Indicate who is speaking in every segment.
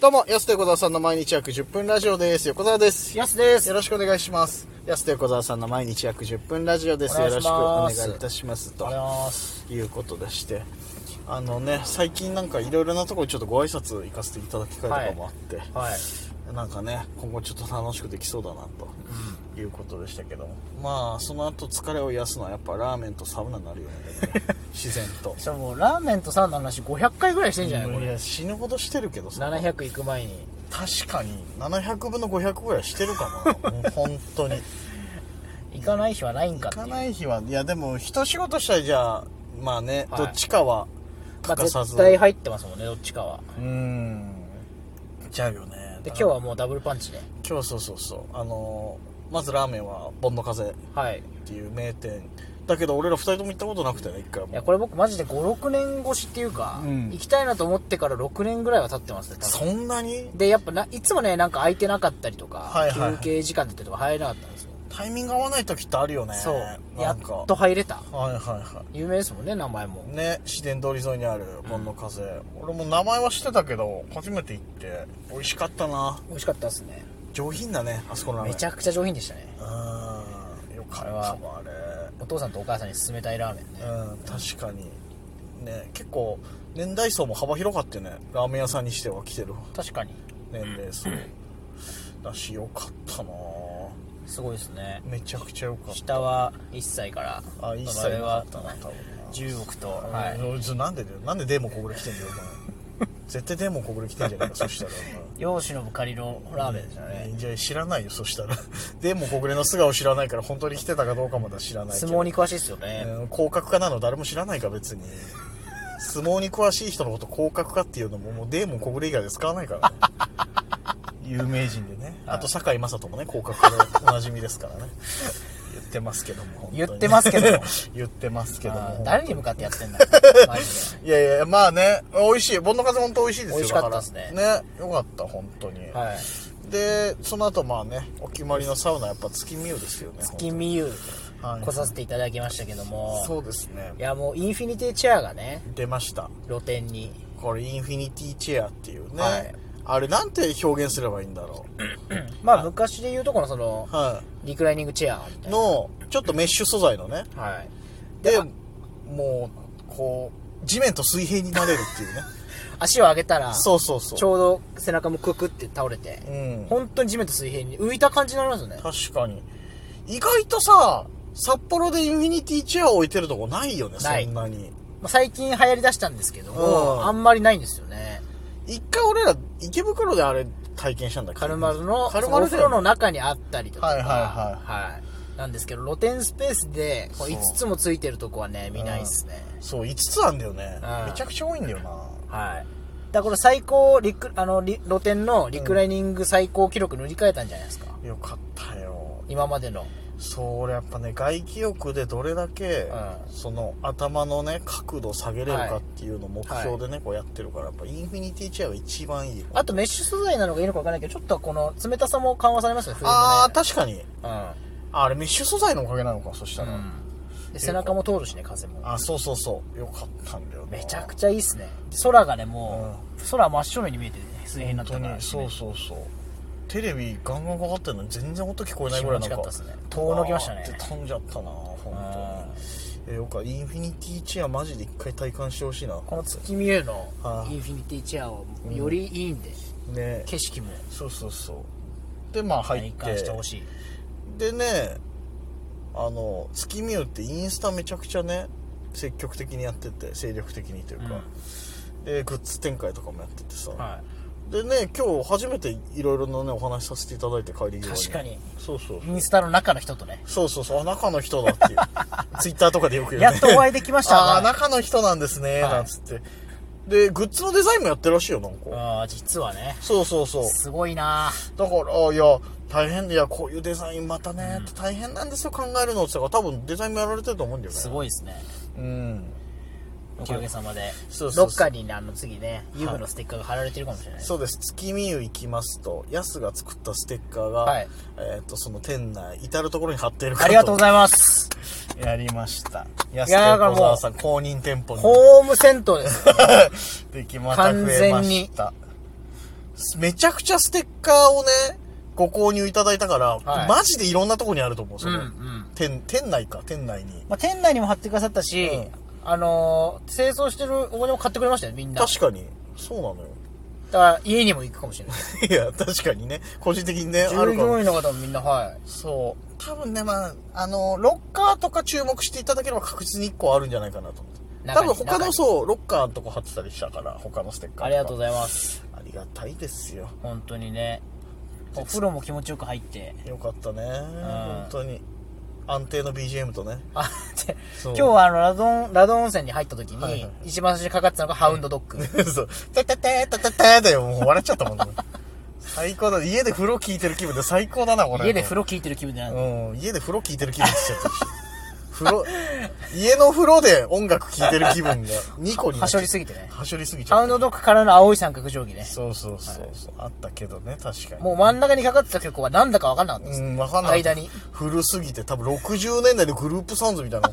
Speaker 1: どうも、安手小沢さんの毎日約10分ラジオです。横澤です。
Speaker 2: やすで
Speaker 1: よ
Speaker 2: す。
Speaker 1: ろしくお願いします。安手小沢さんの毎日約10分ラジオです。
Speaker 2: お
Speaker 1: よ
Speaker 2: 願い
Speaker 1: ろし
Speaker 2: し
Speaker 1: くお
Speaker 2: ま
Speaker 1: 願
Speaker 2: す
Speaker 1: いいたします。と
Speaker 2: ありがとうございます。
Speaker 1: いうことでして、あのね、最近なんかいろいろなところにちょっとご挨拶行かせていただく機会とかもあって、
Speaker 2: はい。
Speaker 1: なんかね、今後ちょっと楽しくできそうだなということでしたけども、まあ、その後疲れを癒すのはやっぱラーメンとサウナになる よね、でもね自然と。
Speaker 2: しかも、ラーメンとサウナの話500回ぐらいしてんじゃないこ
Speaker 1: い
Speaker 2: れ。
Speaker 1: や死ぬほどしてるけどさ
Speaker 2: 700行く前に。
Speaker 1: 確かに700分の500ぐらいしてるか もなもう本当に
Speaker 2: 行かない日はないんか
Speaker 1: 行
Speaker 2: っていう。
Speaker 1: かない日はいやでも一仕事したらじゃあまあね、
Speaker 2: は
Speaker 1: ど
Speaker 2: い
Speaker 1: っちかは
Speaker 2: まあ
Speaker 1: 欠かさず、
Speaker 2: 絶対入ってますもんね、どっちかは。
Speaker 1: うーん行っちゃうよね
Speaker 2: で、今日はもうダブルパンチで。
Speaker 1: 今日そうそうそうあのーまずラーメンは「盆の風」っ
Speaker 2: はい。
Speaker 1: ていう名店だけど俺ら二人とも行ったことなくてね一回
Speaker 2: い
Speaker 1: も
Speaker 2: や、これ僕マジで5、6年越しっていうか、
Speaker 1: うん
Speaker 2: 行きたいなと思ってから6年ぐらいは経ってますね、多分
Speaker 1: そんなに
Speaker 2: で、やっぱな、いつもね、なんか空いてなかったりとか、
Speaker 1: はいはいはい
Speaker 2: 休憩時間だったりとか入れなかったんですよ。
Speaker 1: タイミング合わない時ってあるよね
Speaker 2: そう。や
Speaker 1: な
Speaker 2: っ
Speaker 1: んか
Speaker 2: と入れた。
Speaker 1: はいはいはい
Speaker 2: 有名ですもんね、名前も。
Speaker 1: ね自然通り沿いにある盆の風、俺も名前は知ってたけど初めて行って美味しかったな
Speaker 2: 美味しかったですね。
Speaker 1: 上品だねあそこのラーメン
Speaker 2: めちゃくちゃ上品でしたね。
Speaker 1: うんよかったわあれ
Speaker 2: お父さんとお母さんに勧めたいラーメンね。
Speaker 1: うん確かにね結構年代層も幅広かったよねラーメン屋さんにしては来てる
Speaker 2: 確かに。
Speaker 1: 年齢層だしよかったな
Speaker 2: すごいですね。
Speaker 1: めちゃくちゃよかっ
Speaker 2: 下は1歳から、
Speaker 1: たあいい
Speaker 2: それ
Speaker 1: よか
Speaker 2: は
Speaker 1: ったな多分な
Speaker 2: 10億と、
Speaker 1: はい、
Speaker 2: は
Speaker 1: おいちょなんでだよなんでデーモンこぼれ来てんだよお前絶対デーモンこぼれ来てんじゃないかそしたらお前
Speaker 2: い。漁師のぶかりのラーメンでしたね。
Speaker 1: いや知らないよそしたら でも国連の素顔知らないから本当に来てたかどうかまだ知らないけ
Speaker 2: 相
Speaker 1: ど
Speaker 2: 撲に詳しいですよね。
Speaker 1: うん降格化なの誰も知らないか別に相撲に詳しい人のこと降格化っていうのももうデーモン小暮以外で使わないから ね有名人でねあと堺雅人もね降格化でおなじみですからね 言ってますけども本当にね
Speaker 2: 言ってますけども
Speaker 1: 言ってますけど
Speaker 2: あ
Speaker 1: も
Speaker 2: ー誰に向かってやってんだ マジで
Speaker 1: いやいやまあね美味しい盆の風本当美味しいですよ
Speaker 2: 美味しかったですね
Speaker 1: だらねよかった本当に、
Speaker 2: はい。
Speaker 1: でその後まあねお決まりのサウナやっぱ月見湯ですよね
Speaker 2: 月見湯、
Speaker 1: はい
Speaker 2: 来させていただきましたけども、
Speaker 1: そうですね
Speaker 2: いやもうインフィニティチェアがね、
Speaker 1: 出ました
Speaker 2: 露店に。
Speaker 1: これインフィニティチェアっていうね、
Speaker 2: はい
Speaker 1: あれなんて表現すればいいんだろう、
Speaker 2: まあ昔で言うとこのその、
Speaker 1: は
Speaker 2: リクライニングチェアみ
Speaker 1: い、
Speaker 2: たい
Speaker 1: のちょっとメッシュ素材のね
Speaker 2: な。はい。
Speaker 1: でもうこう地面と水平になれるっていう ね
Speaker 2: 足を上げたら、
Speaker 1: そうそうそう
Speaker 2: ちょうど背中もククって倒れて、
Speaker 1: うん
Speaker 2: 本当に地面と水平に浮いた感じになりますよね。
Speaker 1: 確かに意外とさ札幌でインフィニティチェア置いてるとこないよね
Speaker 2: ない
Speaker 1: そんなに
Speaker 2: まあ最近流行り出したんですけど
Speaker 1: う
Speaker 2: も、
Speaker 1: ん
Speaker 2: あんまりないんですよね。
Speaker 1: 一回俺ら池袋であれ体験したんだっけ
Speaker 2: カルマルの、
Speaker 1: カル
Speaker 2: そ
Speaker 1: マル
Speaker 2: の
Speaker 1: だ
Speaker 2: お風
Speaker 1: よ
Speaker 2: 呂
Speaker 1: ね
Speaker 2: の中にあったりとか。
Speaker 1: はいはいは
Speaker 2: はいなんですけど、露天スペースで、こう
Speaker 1: そう
Speaker 2: 5つもついてるとこはね、見ないですね。
Speaker 1: そう5つあんだよね
Speaker 2: うん
Speaker 1: めちゃくちゃ多いんだよな
Speaker 2: はい。だからこれ最高、リク、あの、リ露天のリクライニング最高記録塗り替えたんじゃないですか。
Speaker 1: よかったよ
Speaker 2: 今までの。
Speaker 1: そう俺やっぱね外気浴でどれだけ、
Speaker 2: うん
Speaker 1: その頭のね角度下げれるかっていうのを目標でね、こうやってるからやっぱインフィニティチェアが一番いいよ
Speaker 2: あとメッシュ素材なのがいいのかわかんないけど、ちょっとこの冷たさも緩和されますよね、冬
Speaker 1: ああ
Speaker 2: も
Speaker 1: 確かに
Speaker 2: ね。
Speaker 1: あれメッシュ素材のおかげなのかそした
Speaker 2: う
Speaker 1: ら、
Speaker 2: ん。うん。で、背中も通るしね、風も。
Speaker 1: あそうそうそうよかったんだよな
Speaker 2: めちゃくちゃいいっすね空がねもう、空真っ白に見えてるね水平になっ
Speaker 1: 本当
Speaker 2: たか
Speaker 1: に
Speaker 2: ら
Speaker 1: そうそうそうテレビガンガンかかってるのに全然音聞こえない
Speaker 2: 気
Speaker 1: ぐら
Speaker 2: 持
Speaker 1: いなん
Speaker 2: ちよ
Speaker 1: か
Speaker 2: かったっすね遠のきましたね
Speaker 1: バーって飛んじゃったな本当にえよかインフィニティチェアマジで一回体感してほしいな
Speaker 2: この月見湯の
Speaker 1: はい
Speaker 2: インフィニティチェアをよりいいんで、
Speaker 1: ね
Speaker 2: 景色も
Speaker 1: そうそうそうでまあ入
Speaker 2: 体
Speaker 1: って
Speaker 2: 感してほしい
Speaker 1: でねあの月見湯ってインスタめちゃくちゃね積極的にやってて精力的にというか、でグッズ展開とかもやっててさ、
Speaker 2: は
Speaker 1: でね今日初めていろいろなねお話しさせていただいて帰り際に
Speaker 2: 確かに
Speaker 1: そうそう
Speaker 2: いインスタの中の人とね
Speaker 1: そうそうそうあ中の人だ っていうツイッターとかでよく言うね
Speaker 2: やっとお会いできました
Speaker 1: ああー
Speaker 2: ね
Speaker 1: 中の人なんですね、
Speaker 2: はい
Speaker 1: なんつってでグッズのデザインもやってるらしいよなんか、
Speaker 2: あー実はね
Speaker 1: そうそうそう
Speaker 2: すごいな
Speaker 1: だから、あいや、大変で、いや、こういうデザインまたね、って大変なんですよ、考えるのって言ったから、多分デザインもやられてると思うんだよね。
Speaker 2: すごいですね
Speaker 1: い。うん。
Speaker 2: おかげさまで
Speaker 1: そうそうそう
Speaker 2: どっかにねあの次ね遊具のステッカーが貼られてるかもしれない
Speaker 1: そうです。月見湯行きますと、ヤスが作ったステッカーが、
Speaker 2: はい
Speaker 1: えっ、と、その店内、至るところに貼っている
Speaker 2: ありがとうご
Speaker 1: い
Speaker 2: ざいます
Speaker 1: ます。やりました。ヤス
Speaker 2: いやだから
Speaker 1: 小
Speaker 2: も
Speaker 1: 沢
Speaker 2: う
Speaker 1: さん公認店舗に
Speaker 2: ホームセントです
Speaker 1: できました。
Speaker 2: 完全に
Speaker 1: 増えましためちゃくちゃステッカーをね、ご購入いただいたから、
Speaker 2: はい
Speaker 1: マジでいろんなとこにあると思う、それ。
Speaker 2: ん
Speaker 1: 店、店内か、店内に。
Speaker 2: まあ、店内にも貼ってくださったし、
Speaker 1: うん
Speaker 2: あのー清掃してるお金も買ってくれましたよみんなだか
Speaker 1: 確かに。そうなのよ。
Speaker 2: ら家にも行くかもしれない
Speaker 1: いや、確かにね、個人的にね、 あ
Speaker 2: 従
Speaker 1: るか
Speaker 2: 業
Speaker 1: も。
Speaker 2: 員の方もみんなはい
Speaker 1: そう。多分ね、まあ、あの、ロッカーとか注目していただければ確実に1個あるんじゃないかなと思って。多
Speaker 2: 中に
Speaker 1: 分他
Speaker 2: 中
Speaker 1: の
Speaker 2: に
Speaker 1: そう、ロッカーのとこ貼ってたりしたから、他のステッカー
Speaker 2: ありがとうご
Speaker 1: い
Speaker 2: ざいます
Speaker 1: ます。ありがたいですよ。
Speaker 2: 本当にねお風呂も気持ちよく入って
Speaker 1: よかったね、本当に。安定の BGM とね。
Speaker 2: あ で
Speaker 1: そう
Speaker 2: 今日はあのラドンラドン温泉に入った時に、
Speaker 1: はいはい
Speaker 2: 一番最初にかかってたのがハウンドドッグ、
Speaker 1: そう。ててててててだよ。もう笑っちゃったもん、ね、最高だ。家で風呂聞いてる気分で最高だな、これ。
Speaker 2: 家で風呂聞いてる気分じゃない、
Speaker 1: うん。家で風呂聞いてる気分しちゃった。風呂、 家の風呂で音楽聞いてる気分が2個にな
Speaker 2: は
Speaker 1: っ
Speaker 2: し
Speaker 1: ちゃ
Speaker 2: ょ
Speaker 1: っ
Speaker 2: り
Speaker 1: た
Speaker 2: すぎてね
Speaker 1: はしょりすぎち
Speaker 2: ハ
Speaker 1: ゃ
Speaker 2: ウ
Speaker 1: っ
Speaker 2: ンドドッグからの青い三角定規ね
Speaker 1: た。そうそうそうそう、あったけどね、確かに。
Speaker 2: もう真ん中にかかってた曲はなんだかわかんなかったです、
Speaker 1: うん、わかんない。
Speaker 2: 間に。
Speaker 1: 古すぎて、多分60年代のグループサウンズみたいな。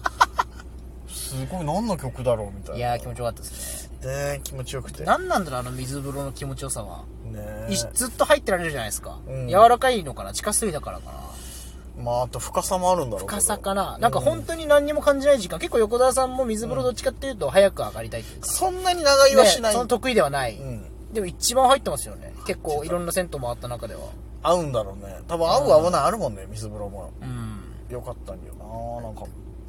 Speaker 1: すごい、何の曲だろうみたいな。
Speaker 2: いやー気持ちよかったですね
Speaker 1: ね気持ちよくて。ね
Speaker 2: 何なんだろうあの水風呂の気持ちよさは、い
Speaker 1: え
Speaker 2: ずっと入ってられるじゃないですか、
Speaker 1: うん
Speaker 2: 柔らかいのかな地下水だからかな
Speaker 1: まあ、あと深さもあるんだろうけど。
Speaker 2: 深さかな、なんか本当に何にも感じない時間結構横澤さんも水風呂どっちかっていうと早く上がりたいっていうか、
Speaker 1: そんなに長居は
Speaker 2: ね
Speaker 1: しない。
Speaker 2: その得意ではない、
Speaker 1: うん。
Speaker 2: でも一番入ってますよね結構いろんな銭湯回った中では
Speaker 1: 合うんだろうね。多分合う合わないあるもんね、水風呂も。
Speaker 2: うん
Speaker 1: よかったんだよななんか。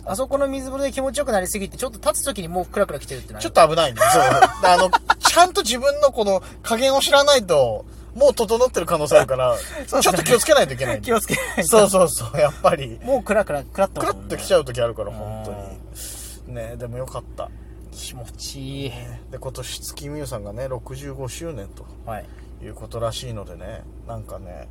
Speaker 2: あそこの水風呂で気持ちよくなりすぎてちょっと立つ時にもうクラクラ来てるってなる
Speaker 1: ちょっと危 ないね。そう。あの、ちゃんと自分のこの加減を知らないと、もう整ってる可能性ある から、ちょっと気をつけないといけないんだ
Speaker 2: 気
Speaker 1: よ。
Speaker 2: をつけない
Speaker 1: そうそうそう、やっぱり。
Speaker 2: もうクラクラクラっと
Speaker 1: クラッと来ち
Speaker 2: ゃ
Speaker 1: ゃう時あるから、
Speaker 2: ん
Speaker 1: 本当に。ねでもよかった。
Speaker 2: う気持ちいい
Speaker 1: で、今年月美優さんがね、65周年と
Speaker 2: はい
Speaker 1: いうことらしいのでね、なんかね、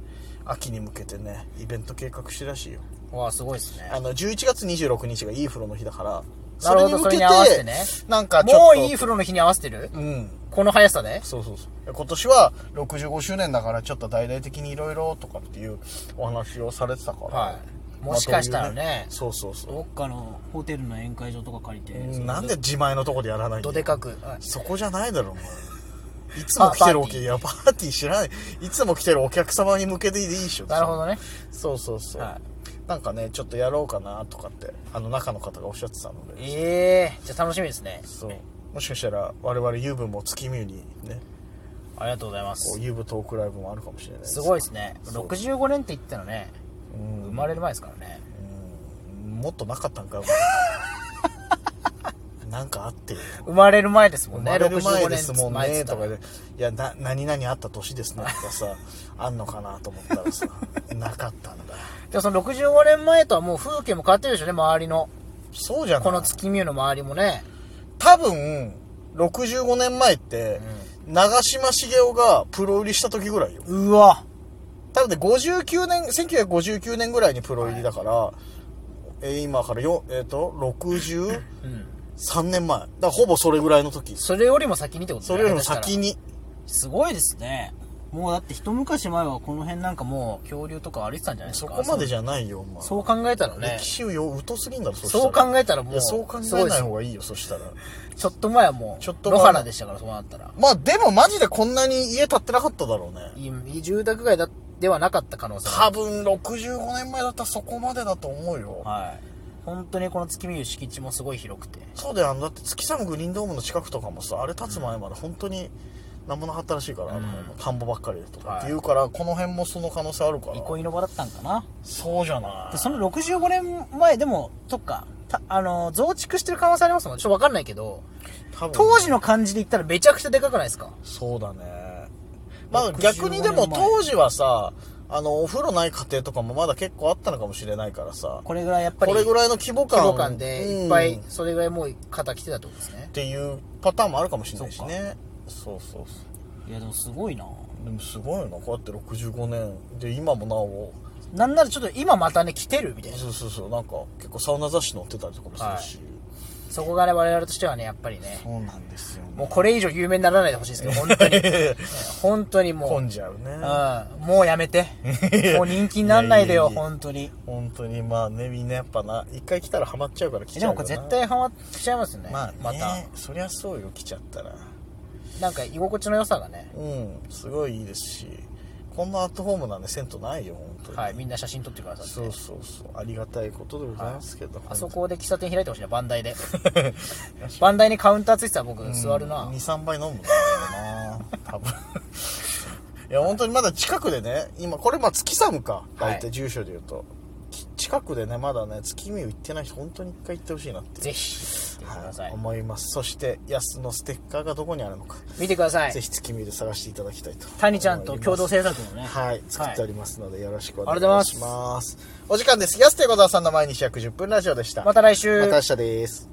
Speaker 1: 秋に向けてね、イベント計画してるらしいよ。
Speaker 2: わあすごいですね
Speaker 1: あの、11月26日がいい風呂の日だから、
Speaker 2: なるほど
Speaker 1: それに
Speaker 2: それに合
Speaker 1: 向
Speaker 2: わ
Speaker 1: け
Speaker 2: せ
Speaker 1: て、
Speaker 2: てね
Speaker 1: なんかちょっと。
Speaker 2: もういい風呂の日に合わせてる
Speaker 1: うん。
Speaker 2: この速さで
Speaker 1: そうそうそう。今年は65周年だから、ちょっと大々的にいろいろとかっていうお話をされてたから。
Speaker 2: はい
Speaker 1: まあ
Speaker 2: もしかしたらね
Speaker 1: どういうそうそうそ
Speaker 2: どっかのホテルの宴会場とか借りて
Speaker 1: う。うんなんで自前のとこでやらないんだ
Speaker 2: ど
Speaker 1: よ
Speaker 2: でかく、はい
Speaker 1: そこじゃないだろ、お前。いつも来てるお客、
Speaker 2: あパーティー
Speaker 1: いや、パーティー知らない。いつも来てるお客様に向けてでいいでしょ。
Speaker 2: なるほどね
Speaker 1: そうそうそう。
Speaker 2: は
Speaker 1: なんかね、ちょっとやろうかなとかって、あの中の方がおっしゃってたので。
Speaker 2: ええじゃあ楽しみですね
Speaker 1: そう。もしかしたら、我々油分も月見湯にね、
Speaker 2: ありがとうござい
Speaker 1: こ
Speaker 2: ま
Speaker 1: う
Speaker 2: す
Speaker 1: 油分トークライブもあるかもしれない
Speaker 2: すごい
Speaker 1: い。
Speaker 2: ですね
Speaker 1: そう
Speaker 2: 65年って言ったらね
Speaker 1: うん
Speaker 2: 生まれる前ですからね
Speaker 1: うんもっとなかったんか よなんかあってよ
Speaker 2: 生まれる前ですも
Speaker 1: 生
Speaker 2: んね
Speaker 1: まれる前ですもん
Speaker 2: 65年前
Speaker 1: ね
Speaker 2: っつ
Speaker 1: と
Speaker 2: っ
Speaker 1: か
Speaker 2: た
Speaker 1: らで「いやな何々あった年ですね」とかさ あんのかなと思ったらさ なかったんだ
Speaker 2: でもその65年前とはもう風景も変わってるでしょうね周りの
Speaker 1: そうじゃない
Speaker 2: この月見湯の周りもね
Speaker 1: 多分65年前って、長嶋茂雄がプロ入りした時ぐらいよ
Speaker 2: うわ
Speaker 1: 多分ね59年1959年ぐらいにプロ入りだから、えー今からよえっ、と63
Speaker 2: うん
Speaker 1: 年前だからほぼそれぐらいの時
Speaker 2: それよりも先にってこと
Speaker 1: それよりも先に
Speaker 2: すごいですねもうだって一昔前はこの辺なんかもう恐竜とか歩いてたんじゃないです
Speaker 1: そ
Speaker 2: か
Speaker 1: こまでじゃないよ、お前。
Speaker 2: そう考えたらね
Speaker 1: 歴史をよ疎すぎんだろ、そしたら
Speaker 2: そう考えたらも
Speaker 1: いや
Speaker 2: う
Speaker 1: そう考
Speaker 2: すご
Speaker 1: え
Speaker 2: いで
Speaker 1: ない
Speaker 2: す
Speaker 1: 方がいいよ、そしたら。
Speaker 2: ちょっと前はもう
Speaker 1: ちょっと前
Speaker 2: 野原でしたからそうなったら
Speaker 1: まあ、でもマジでこんなに家建ってなかっただろうね。
Speaker 2: いい住宅街だではなかった可能性があ
Speaker 1: 多分、65年前だったらそこまでだと思うよ
Speaker 2: る。はい本当にこの月見湯敷地もすごい広くて
Speaker 1: そうだよ、あの、だって月寒グリーンドームの近くとかもさ、あれ建つ前まで本当に、なんもなかったらしいから、あの辺も田んぼばっかりでとか、
Speaker 2: はい
Speaker 1: っていうから、この辺もその可能性あるから。
Speaker 2: 憩いの場だったんかな
Speaker 1: そうじゃな
Speaker 2: で
Speaker 1: い。
Speaker 2: その65年前でもとかたあのー増築してる可能性ありますもんちょっとわかんないけど
Speaker 1: 多分
Speaker 2: 当時の感じで言ったらめちゃくちゃでかくないですか
Speaker 1: そうだね。まあ
Speaker 2: 65
Speaker 1: 逆にでも
Speaker 2: 年前
Speaker 1: 当時はさ、あの、お風呂ない家庭とかもまだ結構あったのかもしれないからさ、
Speaker 2: これぐらいやっぱり
Speaker 1: これぐ
Speaker 2: い
Speaker 1: らいの規模感
Speaker 2: 規模感でいっぱ
Speaker 1: う
Speaker 2: い
Speaker 1: んっ
Speaker 2: それぐらいもう方来てたってことですね
Speaker 1: ていうパターンもあるかもしれないしね。そうそうそ
Speaker 2: いやでもすごいな
Speaker 1: う。でもすごいな、こうやって65年で今もなお、
Speaker 2: なんならちょっと今またね来てるみたいな
Speaker 1: そうそうそう、なんか結構サウナ雑誌載ってたりとかもするし。
Speaker 2: そこがね我々としてはねやっぱりね
Speaker 1: そうなんですよ、
Speaker 2: も
Speaker 1: ね。
Speaker 2: うこれ以上有名にならないでほしいですけど本当に 本当にもう
Speaker 1: 混んじゃうね。
Speaker 2: うん、もうやめてもう人気になんないでよ
Speaker 1: いやいやいや
Speaker 2: 本当に
Speaker 1: 本当にまあね、みんなやっぱな、一回来たらハマっちゃうから来
Speaker 2: え
Speaker 1: ち
Speaker 2: で
Speaker 1: ゃ
Speaker 2: も
Speaker 1: う
Speaker 2: こ
Speaker 1: か
Speaker 2: れ
Speaker 1: ら
Speaker 2: 絶対ハマっちゃいますよね,、
Speaker 1: まあ、ね、
Speaker 2: また
Speaker 1: そりゃそうよ来ちゃったら
Speaker 2: なんか居心地の良さがね、
Speaker 1: うんすごいいいですしこんなアットホームなんで銭湯ないよ本当に、
Speaker 2: はい、みんな写真撮ってくださいって
Speaker 1: そうそうそうありがたいことでございますけど、
Speaker 2: あそこで喫茶店開いてほしいなバンダイでバンダイにカウンターついてたら僕座るな、
Speaker 1: 23杯飲むんだろうな多 分いや本当にまだ近くでね今これまあ月寒か
Speaker 2: はい
Speaker 1: 大体住所でいうと、き近くでねまだね月見湯行ってない人本当に一回行ってほしいなって
Speaker 2: ぜひ来てくださ
Speaker 1: はい
Speaker 2: い、
Speaker 1: 思いますそして安のステッカーがどこにあるのか、
Speaker 2: 見てください
Speaker 1: ぜひ月見で探していただきたいと
Speaker 2: 谷ちゃんと共同
Speaker 1: 制
Speaker 2: 制作のね、
Speaker 1: はい作っておりますので、よろしくお
Speaker 2: ありがとう
Speaker 1: 願
Speaker 2: ご
Speaker 1: い
Speaker 2: ざい
Speaker 1: しますお時間です安手小沢さんの毎日約10分ラジオでした
Speaker 2: また来週
Speaker 1: また明日です